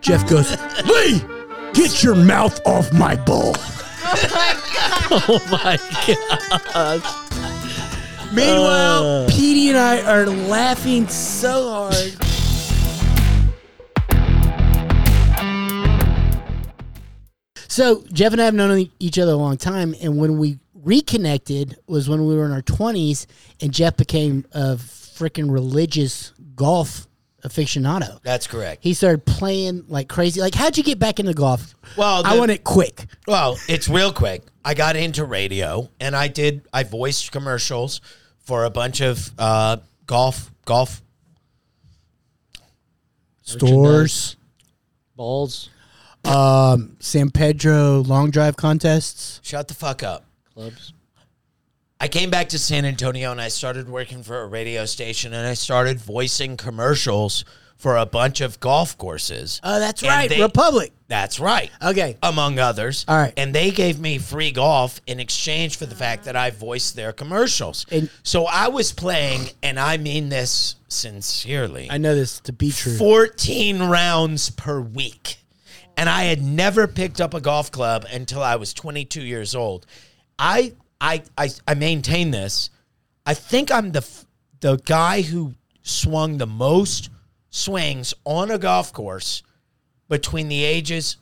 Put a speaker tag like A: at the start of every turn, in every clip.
A: Jeff goes, Lee, get your mouth off my bull.
B: Oh my god. Uh,
A: Meanwhile, Petey and I are laughing so hard. so Jeff and I have known each other a long time, and when we reconnected was when we were in our twenties, and Jeff became a freaking religious golf aficionado.
B: That's correct.
A: He started playing like crazy. Like, how'd you get back into golf?
B: Well,
A: I
B: the-
A: want it quick.
B: Well, it's real quick. I got into radio and I did I voiced commercials for a bunch of uh, golf golf
A: Stores,
C: Balls,
A: um, San Pedro long drive contests.
B: shut the fuck up.
C: clubs.
B: I came back to San Antonio and I started working for a radio station and I started voicing commercials for a bunch of golf courses.
A: Oh, that's
B: And
A: right,
B: they-
A: Republic.
B: That's right.
A: Okay.
B: Among others.
A: All right.
B: And they gave me free golf in exchange for the fact that I voiced their commercials.
A: And-
B: so I was playing, and I mean this sincerely.
A: I know this to be true.
B: 14 rounds per week. And I had never picked up a golf club until I was 22 years old. I I I, I maintain this. I think I'm the f- the guy who swung the most swings on a golf course between the ages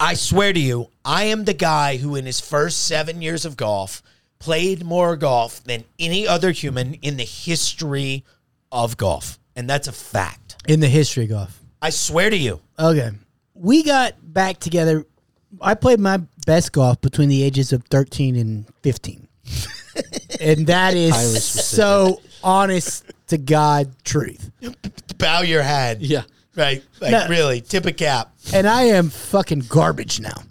B: I swear to you, I am the guy who, in his first seven years of golf, played more golf than any other human in the history of golf. And that's a fact.
A: in the history of golf.
B: I swear to you.
A: Okay. We got back together. I played my best golf between the ages of 13 and 15. and that
C: Highly
A: is
C: specific.
A: so honest to God truth.
B: Bow your head.
C: Yeah.
B: Right. Like,
A: No.
B: really, tip a cap.
A: And I am fucking garbage now.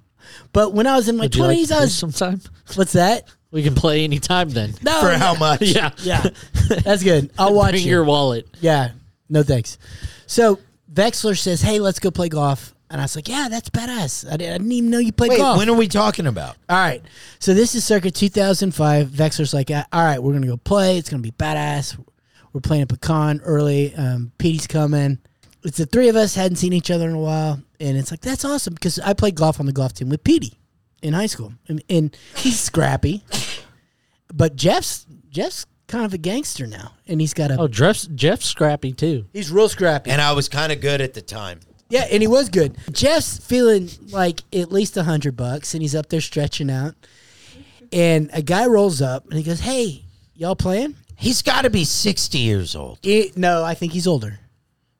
A: But when I was in my
C: Would you like
A: 20s,
C: to
A: I
C: play
A: was.
C: sometime.
A: What's that?
C: We can play anytime then.
A: Oh, No.
B: For how much?
C: Yeah.
A: Yeah. That's good. I'll watch
C: Bring
A: you.
C: your wallet.
A: Yeah. No thanks. So Vexler says, hey, let's go play golf. And I was like, yeah, that's badass. I didn't, I didn't even know you played
B: Wait,
A: golf.
B: when are we talking about?
A: All right. So this is circa 2005. Vexler's like, "Uh, all right, we're going to go play. It's going to be badass. We're playing at Pecan early. Um, Petey's coming. It's the three of us hadn't seen each other in a while. And it's like, that's awesome because I played golf on the golf team with Petey in high school. And, and he's scrappy. But Jeff's Jeff's kind of a gangster now. And he's got a.
C: Oh, Jeff's, Jeff's scrappy too.
A: he's real scrappy.
B: And I was kind of good at the time.
A: Yeah, and he was good. Jeff's feeling like at least a hundred bucks, and he's up there stretching out. And a guy rolls up and he goes, "Hey, y'all playing?"
B: He's got to be 60 years old.
A: Eh, no, I think he's older.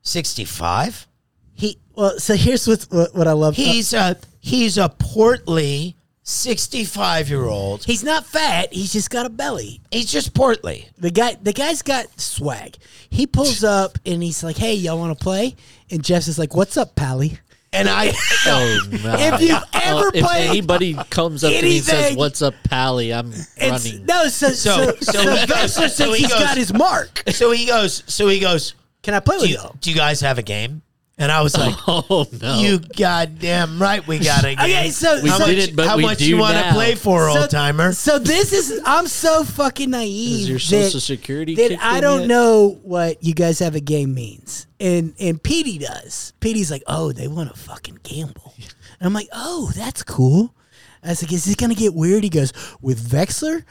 B: 65?
A: He well, so here's what what, what I love. Uh,
B: He's a he's a portly 65 year old.
A: he's not fat. He's just got a belly.
B: He's just portly.
A: The guy, the guy's got swag. He pulls up and he's like, "Hey, y'all want to play?" And Jeff's is like, "What's up, Pally?"
B: And I
C: Oh no.
A: If you've ever
C: Uh, if
A: played
C: anybody comes up to me and says,
A: anything-
C: "What's up, Pally?" I'm
A: It's,
C: running.
A: no, so so, so,
B: So- so he goes-
A: Vester
B: so
A: thinks
B: he
A: he's
B: goes-
A: got his mark.
B: So he goes, so he goes,
A: Can I play
B: do
A: with
B: you,
A: y'all?
B: do you guys have a game? And I was like,
C: Oh no.
B: you goddamn right we got a game.
A: Okay, so- We
B: how much,
C: didn't, but
B: how
C: we
B: much
C: do
B: you wanna
C: now.
B: play for, old timer?
A: So this is I'm so fucking naive.
C: Is your
A: that-
C: social security
A: that
C: kicked
A: I
C: in
A: don't
C: yet?
A: know what you guys have a game means. And and Petey does. Petey's like, oh, they want to fucking gamble. And I'm like, oh, that's cool. I was like, is this gonna get weird? He goes, with Vexler?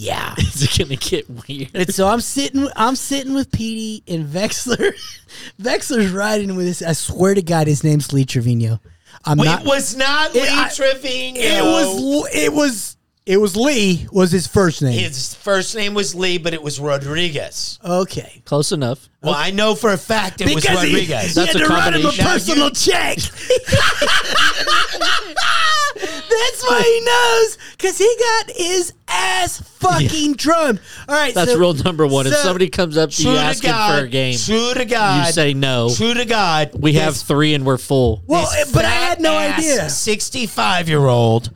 A: Yeah.
C: Is it gonna get weird?
A: And so I'm sitting, I'm sitting with Petey and Vexler. Vexler's riding with this. I swear to God, his name's Lee Trevino. I'm
B: It
A: not.
B: was not Lee
A: I-
B: Trevino.
A: it was. It was. It was Lee. Was his first name?
B: his first name was Lee, but it was Rodriguez.
A: okay.
C: Close enough.
B: Well, I know for a fact it was
A: Because he- he,
B: Rodriguez.
C: That's
A: had
C: a
A: to write him a
C: combination.
A: personal check. That's why he knows, because he got his ass fucking drummed. All right,
C: That's
A: so-
C: rule number one. if
A: so-
C: somebody comes up to you
B: True to
C: asking
B: God.
C: for a game,
B: True to God.
C: you say no.
B: True to God.
C: We
B: this
C: have three and we're full.
A: Well,
B: this
A: but I had no
B: fat-ass
A: idea.
B: 65 year old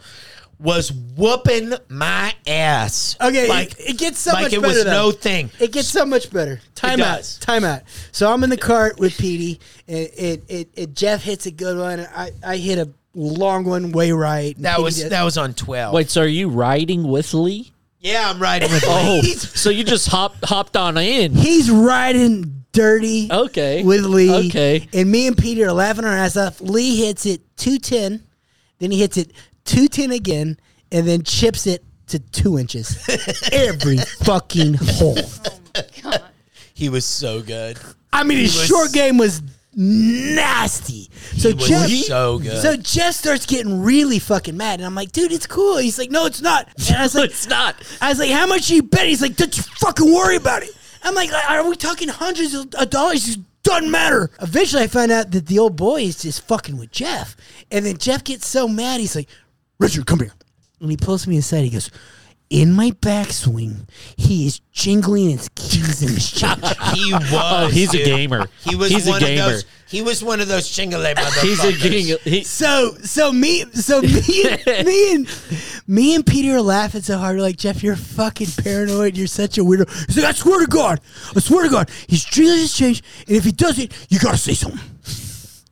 B: was whooping my ass.
A: Okay,
B: Like,
A: it, it gets so
B: like
A: much
B: it
A: better.
B: was
A: though.
B: no thing.
A: It gets so much better. Time out.
B: does.
A: Time out. So I'm in the cart with Petey, and it, it, it Jeff hits a good one. And I, I hit a long one way right. and
B: That
A: Petey
B: was
A: does-
B: that was on 12.
C: Wait, so are you riding with Lee?
B: Yeah, I'm riding with
C: Oh,
B: Lee.
C: so you just hopped hopped on in.
A: He's riding dirty
C: Okay.
A: with Lee.
C: Okay.
A: And me and Peter are laughing our ass off. Lee hits it 210, then he hits it 210 again, and then chips it to two inches. Every fucking hole.
B: He was so good.
A: I mean, his
B: was-
A: short game was nasty. So
B: was
A: Jeff,
B: so good.
A: So Jeff starts getting really fucking mad, and I'm like, dude, it's cool. He's like, no, it's not. And I was like,
C: it's not.
A: I was like, how much you bet? He's like, don't you fucking worry about it. I'm like, are we talking hundreds of of dollars? It doesn't matter. Eventually, I found out that the old boy is just fucking with Jeff. And then Jeff gets so mad, he's like, Richard, come here. And he pulls me aside. He goes, in my backswing, he is jingling his keys and shit.
B: He was.
C: Oh, he's a
B: dude.
C: gamer.
B: He was
C: He's a
B: one
C: gamer.
B: of those. He was one of those chingle motherfuckers.
C: He's a king. He,
A: So so me so me and, me and me and Peter are laughing so hard. We're like Jeff, you're fucking paranoid. You're such a weirdo. He's like, I swear to God, I swear to God, he's Jesus changed. And if he doesn't, you gotta say something.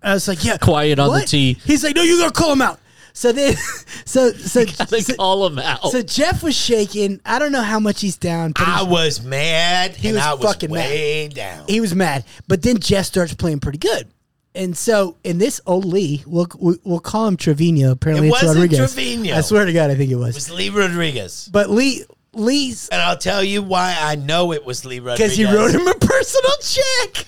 A: I was like, yeah,
C: Quiet on the tee.
A: He's like, no, you gotta call him out. So then, so so
C: they
A: so,
C: call him out.
A: so Jeff was shaking. I don't know how much he's down, but
B: I
A: he's,
B: was mad. He and
A: was
B: I was
A: fucking mad.
B: way down.
A: he was mad. But then Jeff starts playing pretty good. And so, in this old Lee, we'll we- we'll call him Trevino. Apparently,
B: It
A: it's
B: wasn't
A: Rodriguez.
B: Trevino.
A: I swear to God, I think it was.
B: It was Lee Rodriguez.
A: but Lee Lee's
B: And I'll tell you why I know it was Lee
A: because
B: Rodriguez.
A: he wrote him a personal check.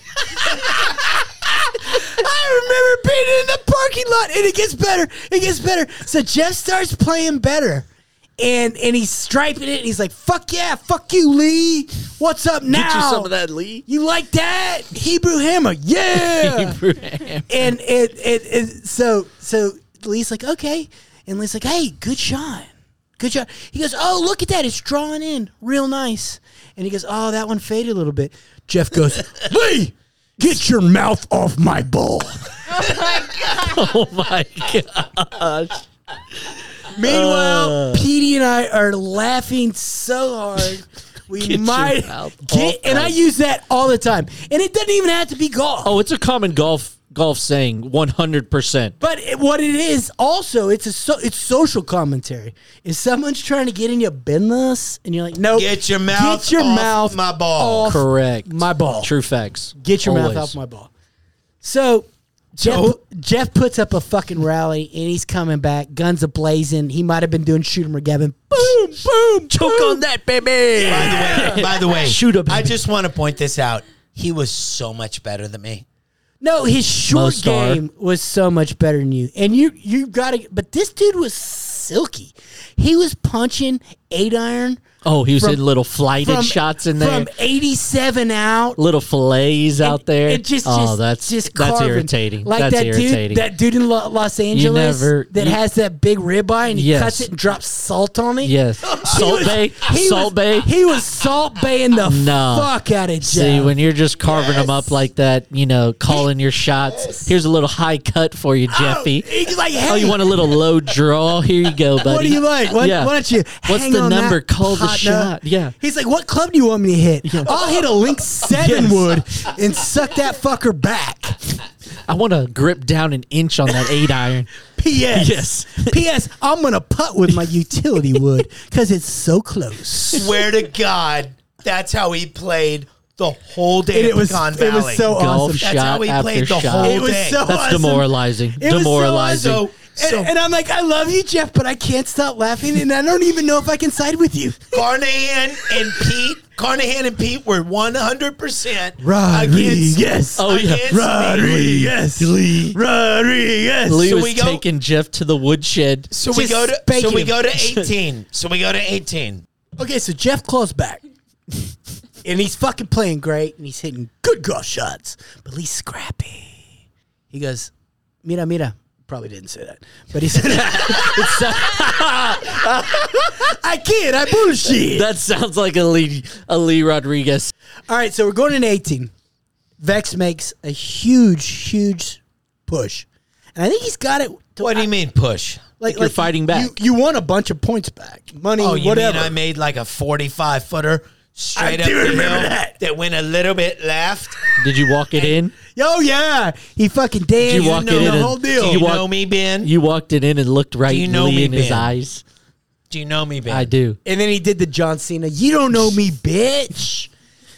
A: I remember being in the parking lot, and it gets better. It gets better. So Jeff starts playing better, and and he's striping it. And he's like, "Fuck yeah, fuck you, Lee. What's up now?
C: Get you some of that, Lee.
A: You like that Hebrew hammer? Yeah." and it, it, it so so Lee's like okay, and Lee's like hey, good shot, good shot. He goes oh look at that, it's drawing in real nice, and he goes oh that one faded a little bit. Jeff goes Lee, get your mouth off my ball.
C: oh my gosh.
A: Meanwhile, Petey and I are laughing so hard. We
C: your
A: might
C: mouth
A: get,
C: off
A: and I
C: my-
A: use that all the time, and it doesn't even have to be golf.
C: Oh, it's a common golf golf saying. One hundred percent.
A: But it, what it is also, it's a so, it's social commentary. If someone's trying to get in your business and you're like, no,
B: Get your mouth
A: your
B: off
A: mouth
B: my ball.
A: off
C: Correct.
A: my ball.
C: True facts.
A: Get your
C: Always.
A: mouth off my ball. So Jeff, Jeff puts up a fucking rally and he's coming back, guns a blazing. He might have been doing shoot 'em or Gavin. Boom, boom,
C: Choke on that, baby.
B: By the way, by the way
C: Shoot up,
B: I
C: baby.
B: just want to point this out. He was so much better than me.
A: No, his short
C: Star.
A: game was so much better than you. And you you got to but this dude was silky. He was punching 8 iron
C: Oh, he was
A: From-
C: hitting little flighted shots in there,
A: From 87 out.
C: little fillets out there.
A: It just,
C: oh,
A: just,
C: that's
A: just
C: that's
A: carving.
C: irritating.
A: Like
C: that's
A: that
C: irritating.
A: dude, that dude in Lo- Los Angeles
C: never-
A: that
C: you-
A: has that big ribeye and he
C: Yes.
A: cuts it and drops salt on it.
C: yes,
A: He
C: Salt
A: was-
C: Bay,
A: he
C: Salt
A: was,
C: Bay.
A: He was salt baying the
C: No.
A: fuck out of Jeff.
C: See, when you're just carving them up like that, you know, calling your shots. Here's a little high cut for you, Jeffy.
A: Oh, he's like, hey,
C: Oh, you want a little low draw? Here you go, buddy.
A: What do you like? What,
C: Yeah.
A: Why don't you?
C: What's
A: hang
C: the
A: on
C: number?
A: that
C: Call the
A: hot nut?
C: shot. Yeah.
A: He's like, what club do you want me to hit? I'll hit a link seven
C: Yes.
A: wood and suck that fucker back.
C: I want to grip down an inch on that eight iron.
A: P.S.
C: Yes.
A: P.S. I'm gonna putt with my utility wood because it's so close.
B: Swear to God, that's how he played the whole day.
A: And
B: at
A: it was
B: Pecan
A: it was
B: Valley.
A: so
C: Golf
A: awesome.
B: That's how
C: shot
B: he
C: after
B: played the
C: shot.
B: whole
A: It was
B: day.
A: so
C: That's
A: awesome.
C: demoralizing.
A: It was so
C: demoralizing.
A: awesome. And-
B: So-
A: and, I'm like, I love you, Jeff, but I can't stop laughing, and I don't even know if I can side with you.
B: Carnahan and Pete, Carnahan and Pete were one hundred percent
A: Rodriguez.
C: Oh, yeah.
A: Rodriguez, Lee. Rodriguez.
C: Lee
B: So we
C: was
B: go-
C: taking Jeff to the woodshed.
B: So we
A: Just
B: go to
A: spanking
B: so we
A: him.
B: go to eighteen. So we go to eighteen.
A: Okay, so Jeff Claw's back. and he's fucking playing great and he's hitting good golf shots, but Lee's scrappy. He goes, Mira, mira. Probably didn't say that, but he said, I can't, I bullshit.
C: That sounds like a Lee, a Lee Rodriguez.
A: All right, so we're going in 18. Vex makes a huge, huge push. And I think he's got it. To,
B: What do you mean push?
A: like,
C: you're fighting back.
A: You, you want a bunch of points back, money,
B: Oh, you
A: whatever.
B: mean I made like a forty-five footer straight
A: I
B: up
A: do
B: the
A: remember
B: hill
A: that.
B: went a little bit left.
C: Did you walk it in?
A: Oh, yeah. He fucking
C: Did
A: danced.
C: you walk
B: know
C: it in?
B: the
C: and-
B: whole deal.
C: did
B: Do you
C: walk-
B: know me, Ben?
C: You walked it in and looked right
B: you know
C: Lee
B: me,
C: in his
B: Ben?
C: eyes.
B: Do you know me, Ben?
C: I do.
A: And then he did the John Cena, you don't know me, bitch.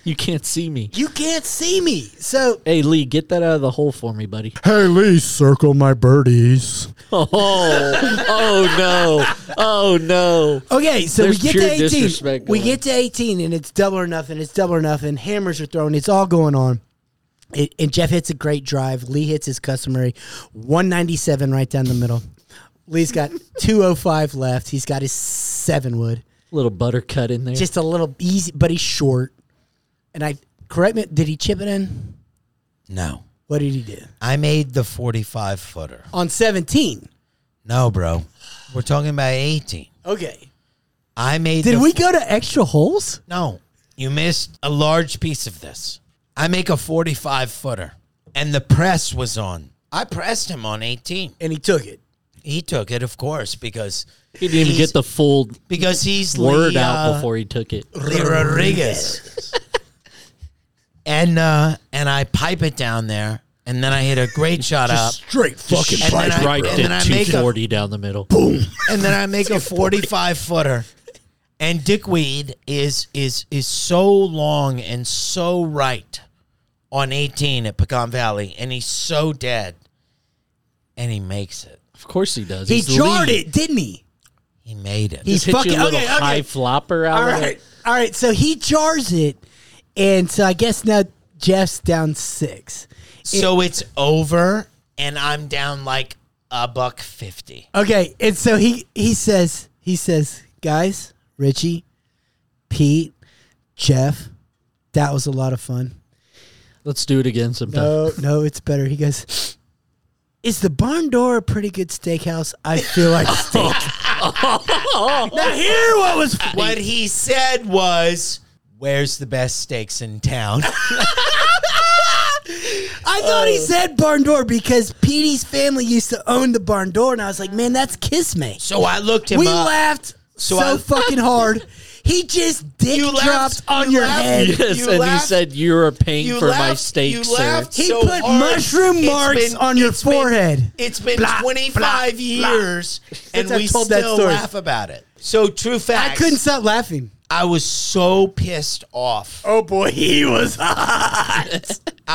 C: You can't see me.
A: You can't see me. So
C: Hey Lee, get that out of the hole for me, buddy.
A: Hey Lee, circle my birdies.
C: Oh, oh no, oh no.
A: Okay, so
C: There's
A: we get
C: pure
A: to eighteen.
C: disrespect
A: We
C: going.
A: get to eighteen, and it's double or nothing. It's double or nothing. Hammers are thrown. It's all going on. It, and Jeff hits a great drive. Lee hits his customary one ninety seven right down the middle. Lee's got two oh five left. He's got his seven wood,
C: Little butter cut in there.
A: just a little easy, but he's short. And I correct me. Did he chip it in?
B: No.
A: What did he do
B: I made the 45 footer.
A: on seventeen?
B: No, bro. We're talking about 18.
A: Okay.
B: I made
A: Did
B: the
A: we go to extra holes?
B: No, you missed a large piece of this. I make a 45 footer, and the press was on. I pressed him on 18.
A: And he took it.
B: He took it, of course, because
C: he didn't even
B: he's-
C: get the full
B: because he's
C: word
B: Lee,
C: out
B: uh,
C: before he took it.
B: Lee Rodriguez. and uh, and I pipe it down there, and then I hit a great shot up,
A: Straight fucking
B: And then I-
C: Right
B: and then I
C: at
B: make a-
C: 240 down the middle.
B: and then I make a 45 footer. And Dickweed is is is so long and so right on 18 at Pecan Valley, and he's so dead, and he makes it.
C: Of course he does.
A: He
C: He's
A: jarred
C: Lee.
A: it, didn't he?
B: He made it.
A: He's
C: Just hit
A: fucking
C: your little
A: okay, okay.
C: high flopper out
A: All
C: of
A: right.
C: it.
A: All right. So he jars it. And so I guess now Jeff's down six.
B: so it's over, and I'm down like a buck fifty.
A: Okay. And so he, he says, he says, guys, Richie, Pete, Jeff, that was a lot of fun.
C: Let's do it again sometime.
A: No, no, it's better. He goes, is the barn door a pretty good steakhouse? I feel like steak. now hear what was
B: What he said was, "Where's the best steaks in town?"
A: I thought he said barn door because Petey's family used to own the barn door, and I was like, man, that's kiss me.
B: so I looked him
A: We
B: up.
A: laughed so,
B: So I-
A: fucking hard. He just dick
B: You
A: dropped
B: laughed-
A: on
B: you
A: your
B: laughed-
A: head.
B: you-
C: yes,
B: you
C: and
B: laughed-
C: he said you are paying
B: You
C: for my
B: laughed-
C: steak,
B: you
C: sir.
B: laughed
A: He
B: so
A: put
B: hard.
A: mushroom
B: It's
A: marks on your
B: it's been-
A: forehead.
B: it's been
A: Blah,
B: 25 years, and
A: I've
B: we
A: told that
B: still
A: story.
B: laugh about it. So true facts.
A: I couldn't stop laughing.
B: I was so pissed off.
A: Oh boy, he was
B: I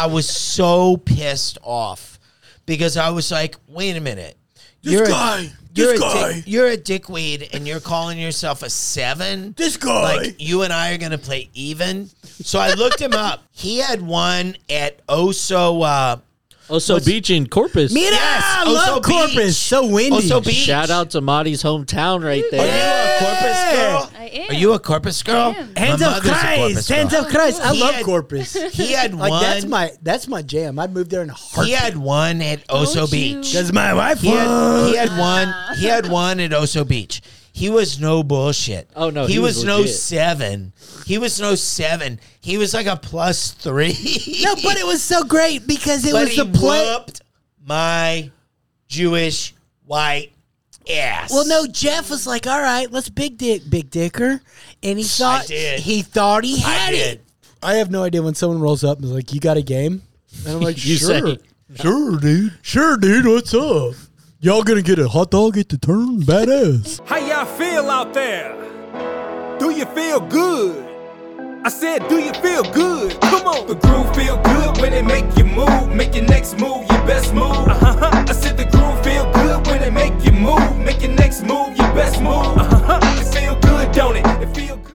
B: was so pissed off because I was like, wait a minute. This
A: guy,
B: you're
A: this
B: a dick-
A: guy.
B: you're a dickweed, and you're calling yourself a seven.
A: This guy.
B: like you and I are gonna play even. So I looked him up. He had one at Oso. Uh,
C: Also, beach in Corpus.
A: Me and
B: Yes,
A: I
B: Oso
A: love Corpus.
B: Beach.
A: So windy.
B: Oso Beach.
C: Shout out to Maddie's hometown right there.
B: Are you a Corpus girl?
D: I am.
B: Are you a Corpus girl?
D: I am.
B: My
A: Hands up,
B: mother's a Corpus
A: Christ!
B: girl.
A: Hands up, Oh, Christ! I
B: He
A: love
B: had-
A: Corpus.
B: He had
A: Like
B: one.
A: that's my that's my jam. I'd move there in a
B: he
A: heartbeat.
B: had one at Oso
D: Don't you-
B: Beach.
A: Does my wife?
B: He had, he
A: Uh.
B: had one. He had one at Oso Beach. He was no bullshit.
C: Oh, no,
B: he,
C: he
B: was,
C: was
B: no
C: legit.
B: seven. He was no seven. He was like a plus three.
A: No, but it was so great because it
B: but
A: was
B: he
A: the play.
B: whooped my Jewish white ass.
A: Well, no, Jeff was like, "All right, let's big dick, big dicker," and he thought
B: did.
A: he thought he
B: I
A: had
B: did.
A: it. I have no idea when someone rolls up and is like, "You got a game?" And I'm like,
C: You say.
A: sure, dude, sure, dude, what's up?" Y'all gonna get a hot dog at the turn, badass.
E: How y'all feel out there? Do you feel good? I said, do you feel good? Come on. The groove feel good when it make you move. Make your next move your best move. Uh-huh. I said the groove feel good when it make you move. Make your next move your best move. Uh-huh. It feel good, don't it? It feel good.